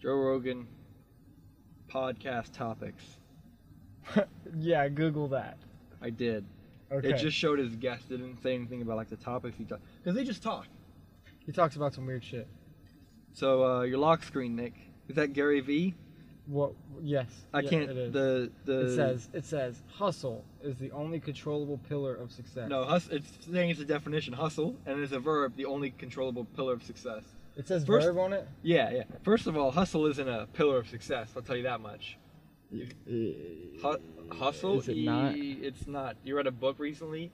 Joe Rogan podcast topics. yeah, Google that. I did. Okay. It just showed his guest. It didn't say anything about like the topics he talked because they just talk. He talks about some weird shit. So uh, your lock screen, Nick, is that Gary V? What? Yes. I yeah, can't. It, is. The the it says. It says hustle is the only controllable pillar of success. no. Hus- it's saying it's a definition hustle and it's a verb, the only controllable pillar of success. It says First- verb on it. Yeah, yeah. First of all, hustle isn't a pillar of success. I'll tell you that much. Uh, Hu- hustle Is it not? e- It's not. You read a book recently.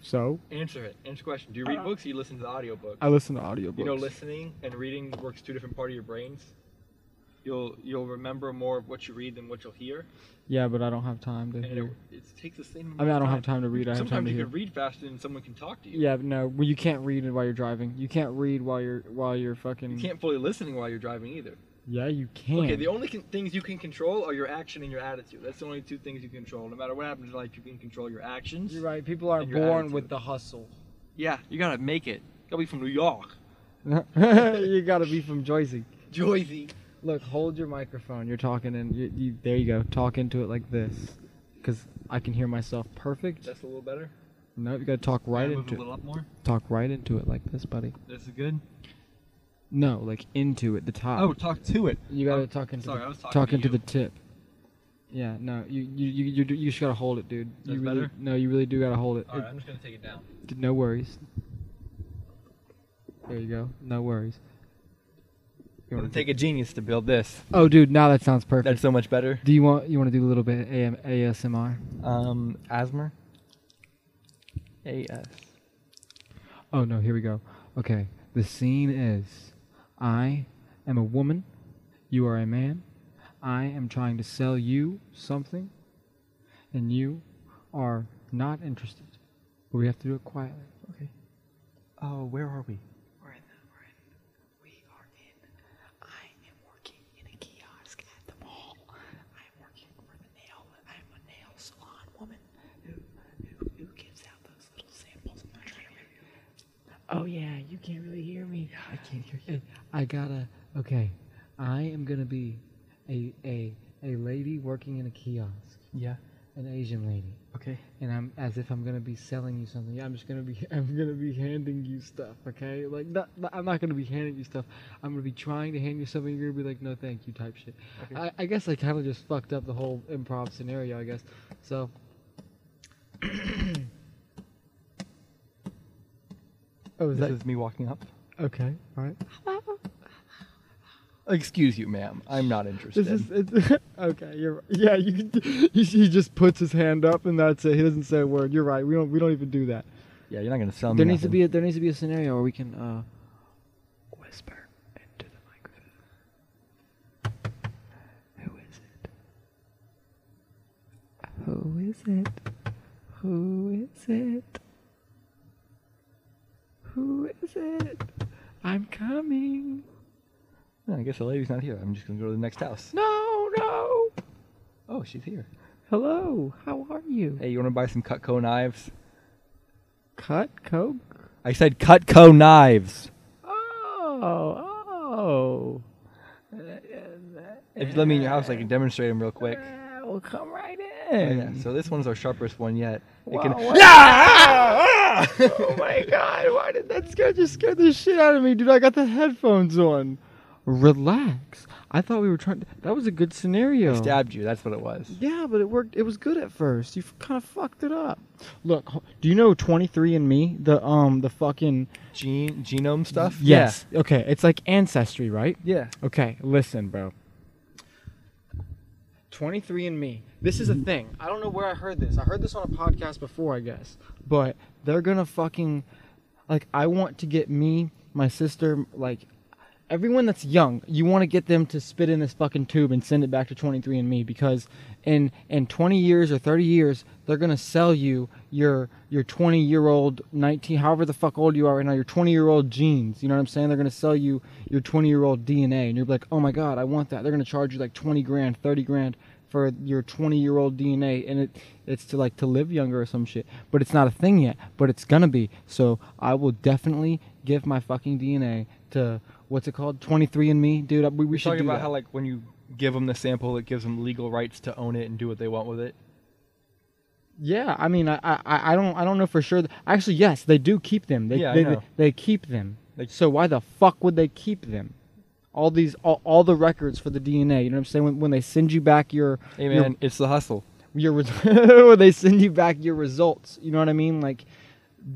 So Answer it. Answer the question. Do you read books? Or you listen to the audiobooks? I listen to audiobooks. You know, listening and reading works two different part of your brains. You'll you'll remember more of what you read than what you'll hear, yeah, but I don't have time to and it, hear. it takes the same. Mm-hmm. I mean, I amount don't of have time to read. I have Sometimes time to you hear. can read faster than someone can talk to you. Yeah, but no. Well, you can't read while you're driving. You can't read while you're while you're fucking. You can't fully listening while you're driving either. Yeah, you can. Okay, the only con- things you can control are your action and your attitude. That's the only two things you control. No matter what happens in life, you can control your actions. You're right. People are And your born attitude. with the hustle. Yeah, you gotta make it. Gotta be from New York, you gotta be from Jersey. Jersey. Look, hold your microphone. You're talking and you, you, there you go. Talk into it like this, because I can hear myself perfect. That's a little better. No, you gotta talk right Can I move into a it. little up more. Talk right into it like this, buddy. This is good. No, like into it, the top. Oh, talk to it. you gotta I'm talk into Sorry, the, I was talking talk to into you. the tip. Yeah, no, you you you you, you just gotta hold it, dude. That's you really, better? No, you really do gotta hold it. All It- right, I'm just gonna take it down. No worries. There you go. No worries. You It wanna would take a genius to build this. do- oh, dude, now that sounds perfect. That's so much better. do you want you want to do a little bit of AM, ASMR? Um, asthma. AS. Oh no, here we go. Okay, the scene is I am a woman, you are a man. I am trying to sell you something, and you are not interested. But we have to do it quietly. Okay. Oh, where are we? We're in the, we're in, we are in, I am working in a kiosk at the mall. I am working for the nail, I'm a nail salon woman who, who, who gives out those little samples. I'm not trying to rip you. Oh yeah, you can't really hear me. I can't hear you. I gotta. Okay, I am gonna be a a a lady working in a kiosk, Yeah. an Asian lady, Okay. and I'm as if I'm gonna be selling you something. Yeah, I'm just gonna be I'm gonna be handing you stuff. Okay, like not, not- I'm not gonna be handing you stuff. I'm gonna be trying to hand you something. You're gonna be like, no, thank you, type shit. Okay. I, I guess I kind of just fucked up the whole improv scenario. I guess so. oh, is This that is me walking up. okay? All right. Excuse you, ma'am. I'm not interested. This is it's, okay. You're yeah. You, he he just puts his hand up and that's it. He doesn't say a word. You're right. We don't we don't even do that. yeah, you're not gonna sell me. there needs to be a, there needs to be a scenario where we can uh, Whisper into the microphone. Who is it? Who is it? Who is it? Who is it? I'm coming. I guess the lady's not here. I'm just gonna go to the next house. No, no. Oh, she's here. Hello, how are you? Hey, you wanna buy some Cutco knives? Cut, Coke? I said Cutco knives. Oh, oh. If you let me in your house, I can demonstrate them real quick. Yeah, well, come right Oh, in. yeah. So this one's our sharpest one yet. It can- Wow, what- Oh my god! Why did that scare just scare the shit out of me, dude? I got the headphones on. Relax. I thought we were trying. To, that was a good scenario. stabbed you. That's what it was. Yeah, but it worked. It was good at first. You kind of fucked it up. Look, h- do you know 23andMe? The um, the fucking Gene genome stuff. yes. Okay, it's like ancestry, right? Yeah. Okay, listen, bro. 23andMe. This is a thing. I don't know where I heard this. I heard this on a podcast before, I guess. But they're gonna fucking like I want to get me, my sister, like everyone that's young, you want to get them to spit in this fucking tube and send it back to 23andMe because in in 20 years or 30 years, they're gonna sell you your your 20 year old 19 however the fuck old you are right now your 20 year old genes you know what i'm saying they're going to sell you your 20 year old dna and you're like oh my god i want that they're going to charge you like 20 grand 30 grand for your 20 year old dna and it it's to like to live younger or some shit but it's not a thing yet but it's going to be so i will definitely give my fucking DNA to what's it called, 23andMe, dude. I- We, we We're should talking do about that. how like when you give them the sample, it gives them legal rights to own it and do what they want with it. yeah, I mean, I, I I don't I don't know for sure. Actually, yes, they do keep them. They Yeah, I they, know. they keep them. They- so why the fuck would they keep them? All these all, all the records for the DNA. You know what I'm saying? When, when they send you back your Hey your- man, it's the hustle. your res- when they send you back your results. You know what I mean? Like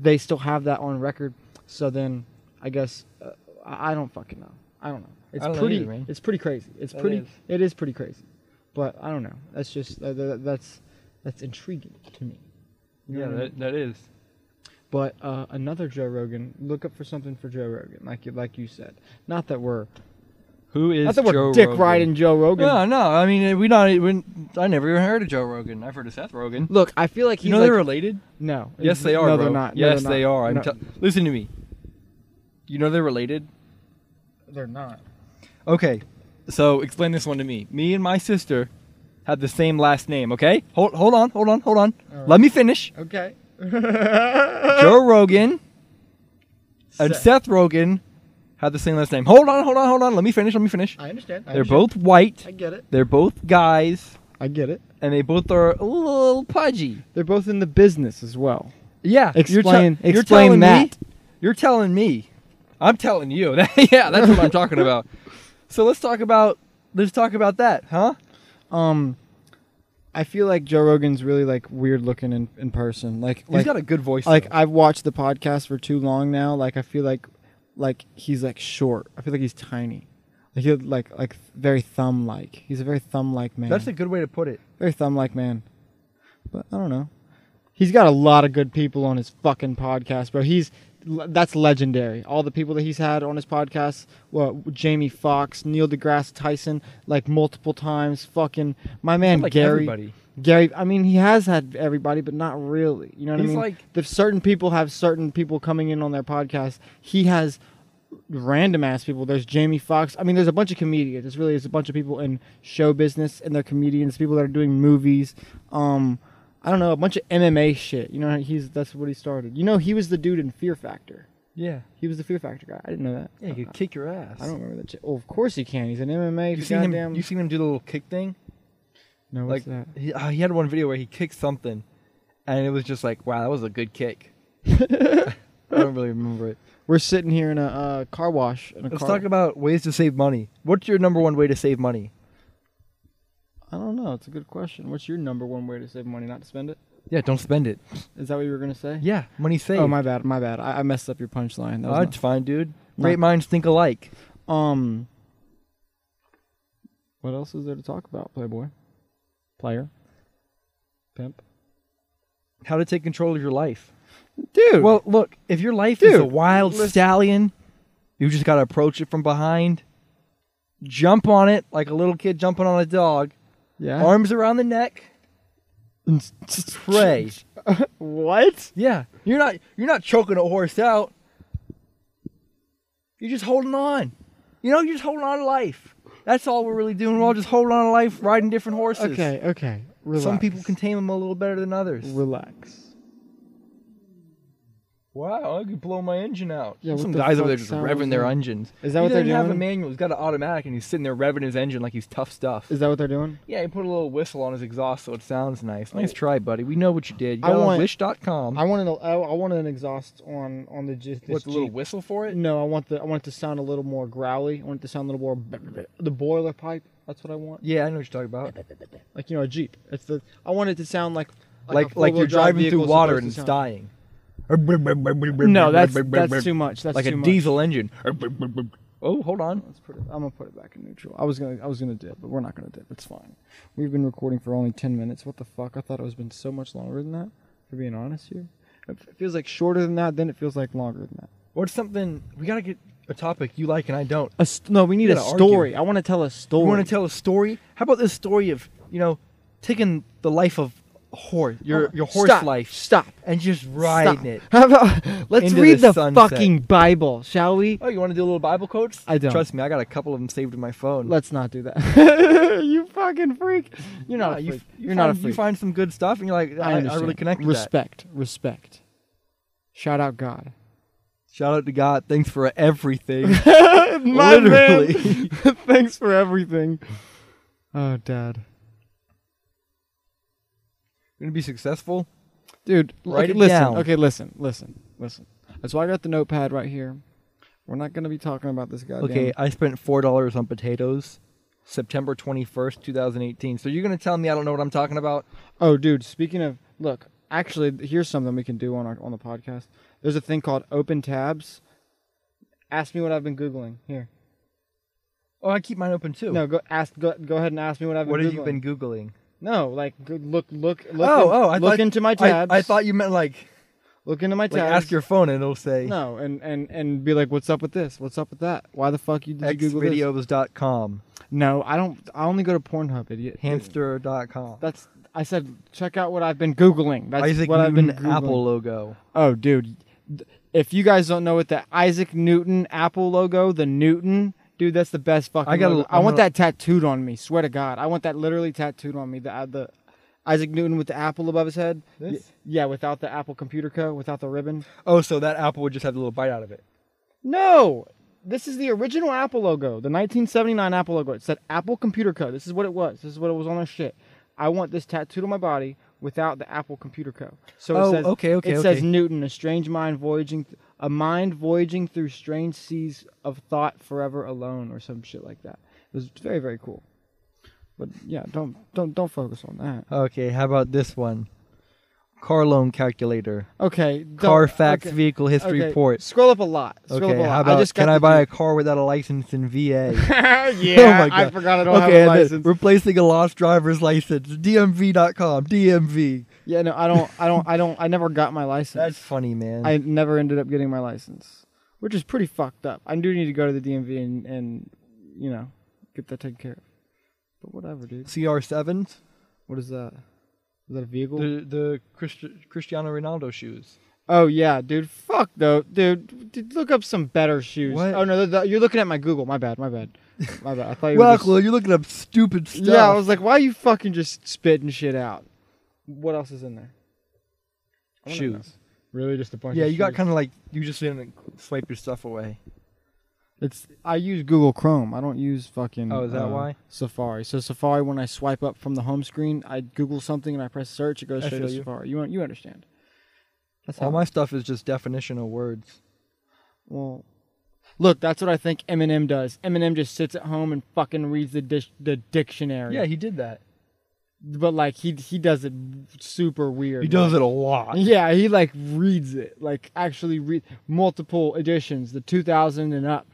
they still have that on record. So then I guess uh, I I don't fucking know. I don't know. It's don't know pretty. either, man. it's pretty crazy. It's That pretty. is. It is pretty crazy. But I don't know. That's just uh, th- that's that's intriguing to me. You know Yeah, what I mean? that, that is. But uh, another Joe Rogan. Look up for something for Joe Rogan, like you like you said. Not that we're Who is not that we're Joe dick Rogan? riding Joe Rogan. No, no. I mean, we not. e, We, I never even heard of Joe Rogan. I've heard of Seth Rogan. Look, I feel like he's you know like, they're related. no. Yes, they are. No, bro. they're not. No, Yes, they're they not. are. I'm No, tell- Listen to me. You know they're related. They're not. Okay, so explain this one to me. Me and my sister have the same last name. Okay, hold hold on, hold on, hold on. All right. Let me finish. Okay. Joe Rogan and Seth. Seth Rogan have the same last name. Hold on, hold on, hold on. Let me finish. Let me finish. I understand. I They're understand. both white. I get it. They're both guys, I get it. and they both are a little pudgy. They're both in the business as well. Yeah. Explain- You're, explain telling that. Me, you're telling me. I'm telling you. yeah, that's what I'm talking about. So let's talk about let's talk about that, huh? Um, I feel like Joe Rogan's really like weird looking in, in person. Like, He's like, got a good voice. like though. I've watched the podcast for too long now. Like, I feel like, like he's like short. I feel like he's tiny. Like he like like very thumb like. He's a very thumb like man. that's a good way to put it. very thumb like man. But I don't know. He's got a lot of good people on his fucking podcast, bro. He's that's legendary. All the people that he's had on his podcast, well, Jamie Foxx, Neil deGrasse Tyson, like multiple times. Fucking my man Like Gary. everybody. Gary, I mean, he has had everybody, but not really. You know what He's I mean? like- the certain people have certain people coming in on their podcast. He has random ass people. There's Jamie Foxx. I mean, there's a bunch of comedians. There's really is a bunch of people in show business, and they're comedians. People that are doing movies. Um, I don't know, a bunch of MMA shit. You know, he's that's what he started. You know, he was the dude in Fear Factor. Yeah. He was the Fear Factor guy. I didn't know that. Uh, Yeah, you could kick your ass. I don't remember that. shit. Oh, of course he can. He's an MMA. You seen goddamn- him? You seen him do the little kick thing? no, what's like that? he, uh, he had one video where he kicked something, and it was just like, wow, that was a good kick. I don't really remember it. We're sitting here in a uh, car wash. In a Let's car talk about ways to save money. What's your number one way to save money? I don't know. It's a good question. What's your number one way to save money? Not to spend it. Yeah, don't spend it. Is that what you were gonna say? Yeah, money saved. Oh my bad. My bad. I, I messed up your punchline. That Oh, was it's fine, dude. No. Great minds think alike. not- um. What else is there to talk about, Playboy? Player. Pimp. How to take control of your life. Dude. Well, look, if your life is a Dude, wild stallion, you just got to approach it from behind, jump on it like a little kid jumping on a dog, yeah. arms around the neck, pray. what? yeah, you're not you're not choking a horse out. You're just holding on. You know, you're just holding on to life. That's all we're really doing. We're all just holding on to life, riding different horses. Okay. Okay. Relax. Some people can tame them a little better than others. relax. Wow, I could blow my engine out. Yeah, what some the guys over fuck there just sound was revving their that? engines. Is that he what they're doesn't have a doing? manual. He's got an automatic, and he's sitting there revving his engine like he's tough stuff. Is that what they're doing? yeah, he put a little whistle on his exhaust so it sounds nice. Nice try, buddy. We know what you did. You Oh. I got on want- Wish.com. I want an I, I want an exhaust on on the just this What's a Jeep. little whistle for it? No, I want the I want it to sound a little more growly. I want it to sound a little more b- b- b- the boiler pipe. That's what I want. Yeah, I know what you're talking about. Like you know a Jeep. It's the I want it to sound like Like a like you're four-wheel drive driving through vehicle's water and supposed it's to sound. dying. No, that's that's too much. That's Like too a much. diesel engine. Oh, hold on. Let's put it, I'm gonna put it back in neutral. I was gonna I was gonna dip, but we're not gonna dip. It's fine. We've been recording for only ten minutes. What the fuck? I thought it was been so much longer than that. For being honest here, it f- feels like shorter than that. Then it feels like longer than that. What's something we gotta get a topic you like and I don't. A st- no, we need You a gotta argue. story. I want to tell a story. You want to tell a story? How about this story of you know taking the life of a horse, your your horse Oh, Stop. life, Stop. and just riding Stop. it. How about let's Into the read the, sunset. fucking Bible, shall we? Oh, you want to do a little Bible quotes? I don't. Trust me, I got a couple of them saved in my phone. Let's not do that. you fucking freak. You're Yeah, not a you, freak. you You, are not a find- You freak. find some good stuff, and you're like, I, I, understand. really connect with that. Respect. Respect. Shout out God. Shout out to God. Thanks for everything. My Literally. man. Thanks for everything. Oh, dad. gonna be successful. Dude, Write okay, it listen. down. Okay, listen, listen, listen. That's why I got the notepad right here. We're not gonna be talking about this goddamn. Okay, I spent four dollars on potatoes, September twenty first, two thousand eighteen. So you're gonna tell me I don't know what I'm talking about? Oh, dude. Speaking of, look. Actually, here's something we can do on our on the podcast. There's a thing called open tabs. Ask me what I've been googling. Here. Oh, I keep mine open too. No, go ask. Go, go ahead and ask me what I've been. what googling. have you been googling? No, like go- look, look, look. oh, in- oh, I look thought, into my I- tabs. I, thought you meant like, Look into my tabs. like ask your phone and it'll say No, and and and be like, what's up with this? What's up with that? Why the fuck you did you Google this? xvideos.com, No, I don't. I only go to Pornhub, idiot. hamster.com. That's. I said, check out what I've been googling. That's Isaac what I've been Newton googling. Apple logo. Oh, dude. th- If you guys don't know what the Isaac Newton Apple logo, the Newton, dude, that's the best fucking. I gotta- logo. I I'm want gonna- that tattooed on me. Swear to God, I want that literally tattooed on me. The uh, the Isaac Newton with the apple above his head. Y- This? yeah, without the Apple Computer Co. Without the ribbon. Oh, so that apple would just have a little bite out of it. No, this is the original Apple logo, the 1979 Apple logo. It said Apple Computer Co. This is what it was. This is what it was on their shit. I want this tattooed on my body without the Apple Computer Co. So it Oh, says, okay, okay, It says okay. Newton, a strange mind voyaging, th- a mind voyaging through strange seas of thought, forever alone, or some shit like that. It was very very cool. But yeah, don't don't don't focus on that. Okay, how about this one? Car loan calculator, Okay, don't- Carfax okay, vehicle history okay. report. Scroll up a lot. Scroll Okay, up a lot. how about I just got can I the- buy a car without a license in VA? yeah, I forgot I don't okay, have a and then license. replacing a lost driver's license. DMV.com. DMV. Yeah, no, I don't, I don't, I don't, I never got my That's license. funny, man. I never ended up getting my license, which is pretty fucked up. I do need to go to the DMV and, and you know, get that taken care of. But whatever, dude. CR7s. What is that? Is that a vehicle? The the Christi- Cristiano Ronaldo shoes. Oh yeah, dude. Fuck though, dude. dude look up some better shoes. What? Oh no, th th- you're looking at my Google. My bad. My bad. My bad. I thought you were Well, just- you're looking up stupid stuff. Yeah, I was like, why are you fucking just spitting shit out? What else is in there? I wanna know. shoes. Really, just a bunch. Yeah, of you got shoes. kind of like you just didn't swipe your stuff away. It's I use Google Chrome. I don't use fucking. uh, Oh, is that why? Safari. So Safari, when I swipe up from the home screen, I Google something and I press search. It goes I straight to feel you. Safari. You un- you understand? That's All my stuff is just definitional words. well. Look, that's what I think Eminem does. Eminem just sits at home and fucking reads the dish, the dictionary. Yeah, he did that. but like he he does it super weird. He does it a lot. Yeah, he like reads it, like actually read multiple editions, the 2000 and up,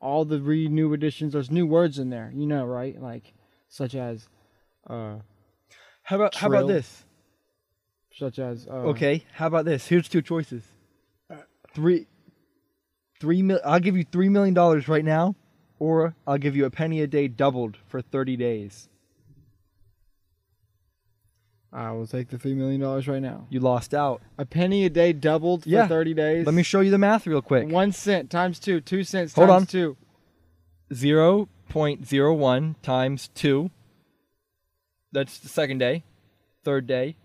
all the re new editions. There's new words in there, you know, right? Like such as, uh, How about how Trill. about this? such as. Uh, Okay, how about this? Here's two choices. Three, three mil. I'll give you three million dollars right now, or I'll give you a penny a day doubled for thirty days. I will take the three million dollars right now. You lost out. A penny a day doubled for Yeah. 30 days. Let me show you the math real quick. One cent times two, two cents Hold times on. two. Zero point zero one times two. That's the second day, third day,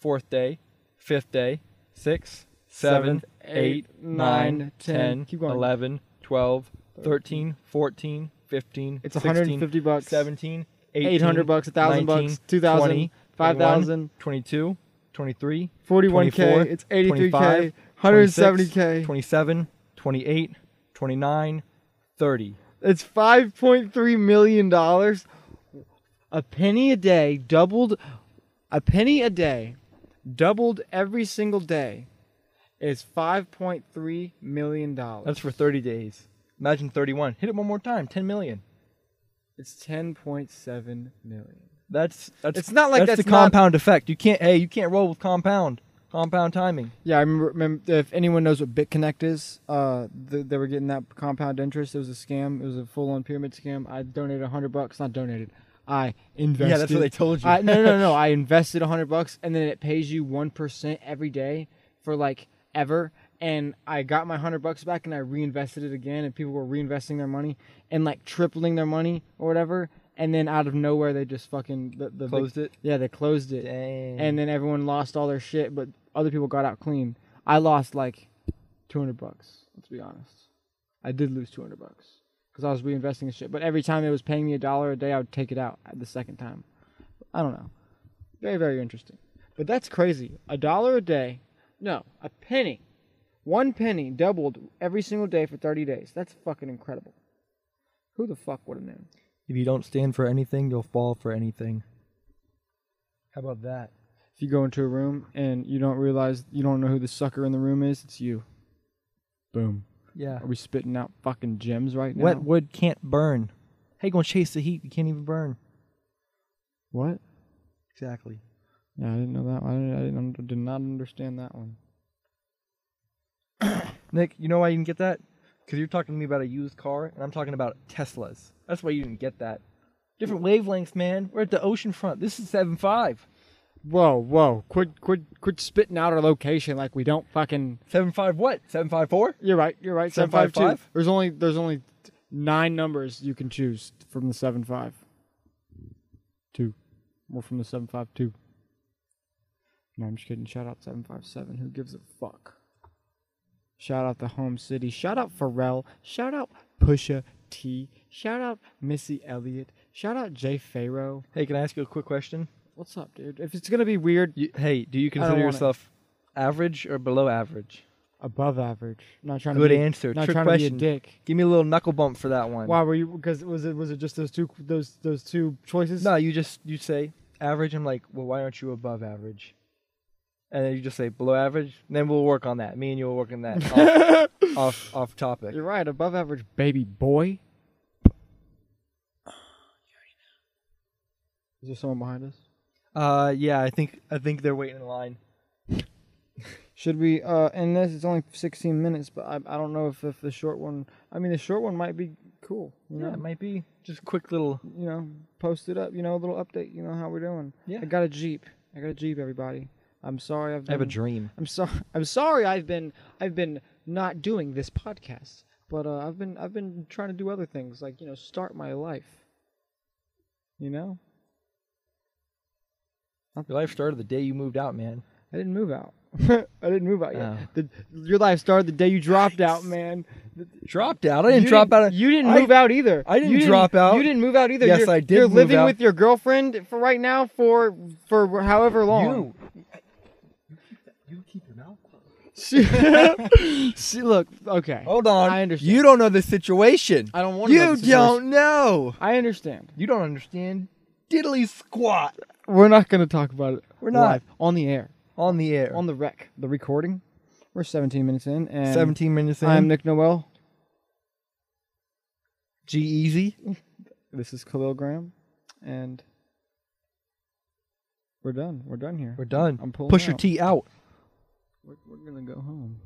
fourth day, fifth day, six, seven, Seventh, eight, eight, nine, nine, ten, ten. Keep going. eleven, twelve, thirteen, fourteen, fifteen. It's 150 bucks. 17, 800 bucks, 1,000 bucks, 2,000, 5,000. 22, 23, 41K, it's 83K, 170K. 27, 28, 29, 30. It's five point three million dollars. A penny a day doubled. A penny a day, doubled every single day, is five point three million dollars. That's for 30 days. Imagine 31. Hit it one more time. 10 million. It's ten point seven million. That's that's It's not like the that's not- compound effect. You can't hey, you can't roll with compound. Compound timing. Yeah, I remember, remember. If anyone knows what BitConnect is, uh, th- they were getting that compound interest. It was a scam. It was a full-on pyramid scam. I donated a hundred bucks. Not donated. I invested. Yeah, that's what they told you. I, no, no, no. I invested a hundred bucks, and then it pays you one percent every day for like ever. And I got my hundred bucks back, and I reinvested it again. And people were reinvesting their money and like tripling their money or whatever. And then out of nowhere, they just fucking the, the Closed it? Yeah, they closed it Dang. and then everyone lost all their shit, but other people got out clean. I lost like two hundred bucks. Let's be honest. I did lose two hundred bucks because I was reinvesting in shit. But every time it was paying me a dollar a day, I would take it out the second time. I don't know. Very very interesting. But that's crazy. A dollar a day. No, a penny. One penny doubled every single day for 30 days. That's fucking incredible. Who the fuck would have known? If you don't stand for anything, you'll fall for anything. How about that? If you go into a room and you don't realize you don't know who the sucker in the room is, it's you. Boom. Yeah. Are we spitting out fucking gems right now? Wet wood can't burn. How you gonna chase the heat? You can't even burn. What? Exactly. Yeah, I didn't know that. One. I, didn't, I didn't, under- did not understand that one. Nick, you know why you didn't get that? Because you're talking to me about a used car, and I'm talking about Teslas. That's why you didn't get that. Different wavelengths, man. We're at the ocean front. This is seven five. Whoa, whoa! Quit, quit, quit spitting out our location like we don't fucking. Seven five what? Seven five four? You're right. You're right. Seven Seven five five two. five? There's only there's only nine numbers you can choose from the seven five. Two, or from the seven five two. No, I'm just kidding. Shout out seven five seven. Who gives a fuck? Shout out the home city. Shout out Pharrell. Shout out Pusha T. Shout out Missy Elliott. Shout out Jay Pharoah. Hey, can I ask you a quick question? What's up, dude? If it's gonna be weird, You, hey, do you consider want it. yourself average or below average? above average. Not trying Good to be, answer. Not Trick trying question. to be a dick. Give me a little knuckle bump for that one. Why were you? Because was it was it just those two those those two choices? No, you just you say average. I'm like, well, why aren't you above average? And then you just say below average. And then we'll work on that. Me and you will work on that off, off off topic. You're right. Above average, baby boy. Is there someone behind us? Uh, yeah, I think I think they're waiting in line. Should we uh end this? It's only 16 minutes, but I, I don't know if, if the short one. I mean, the short one might be cool. You know, Yeah, it might be just a quick little. you know, post it up. You know, a little update. You know how we're doing. Yeah. I got a jeep. I got a jeep. Everybody. I'm sorry. I've been, I have a dream. I'm sorry. I'm sorry. I've been I've been not doing this podcast, but uh, I've been I've been trying to do other things, like you know, start my life. You know, Your life started the day you moved out, man. I didn't move out. I didn't move out yet. Oh. The, your life started the day you dropped out, man. Dropped out. I didn't you drop didn't, out. You didn't I- move out either. I didn't You drop out. You didn't move out either. Yes, you're, I did You're move living out. with your girlfriend for right now for for however long. You. You keep your mouth closed. She, she- look, okay. Hold on. I understand. You don't know the situation. I don't want to know You the situation. don't know. I understand. You don't understand. Diddly squat. We're not going to talk about it. We're not. live, on the air, On the air. on the rec, the recording. We're 17 minutes in, and 17 minutes in. I'm Nick Noel. G Easy. This is Khalil Graham, and we're done. We're done here. We're done. I'm pulling Push your out. T out. We're, we're gonna go home.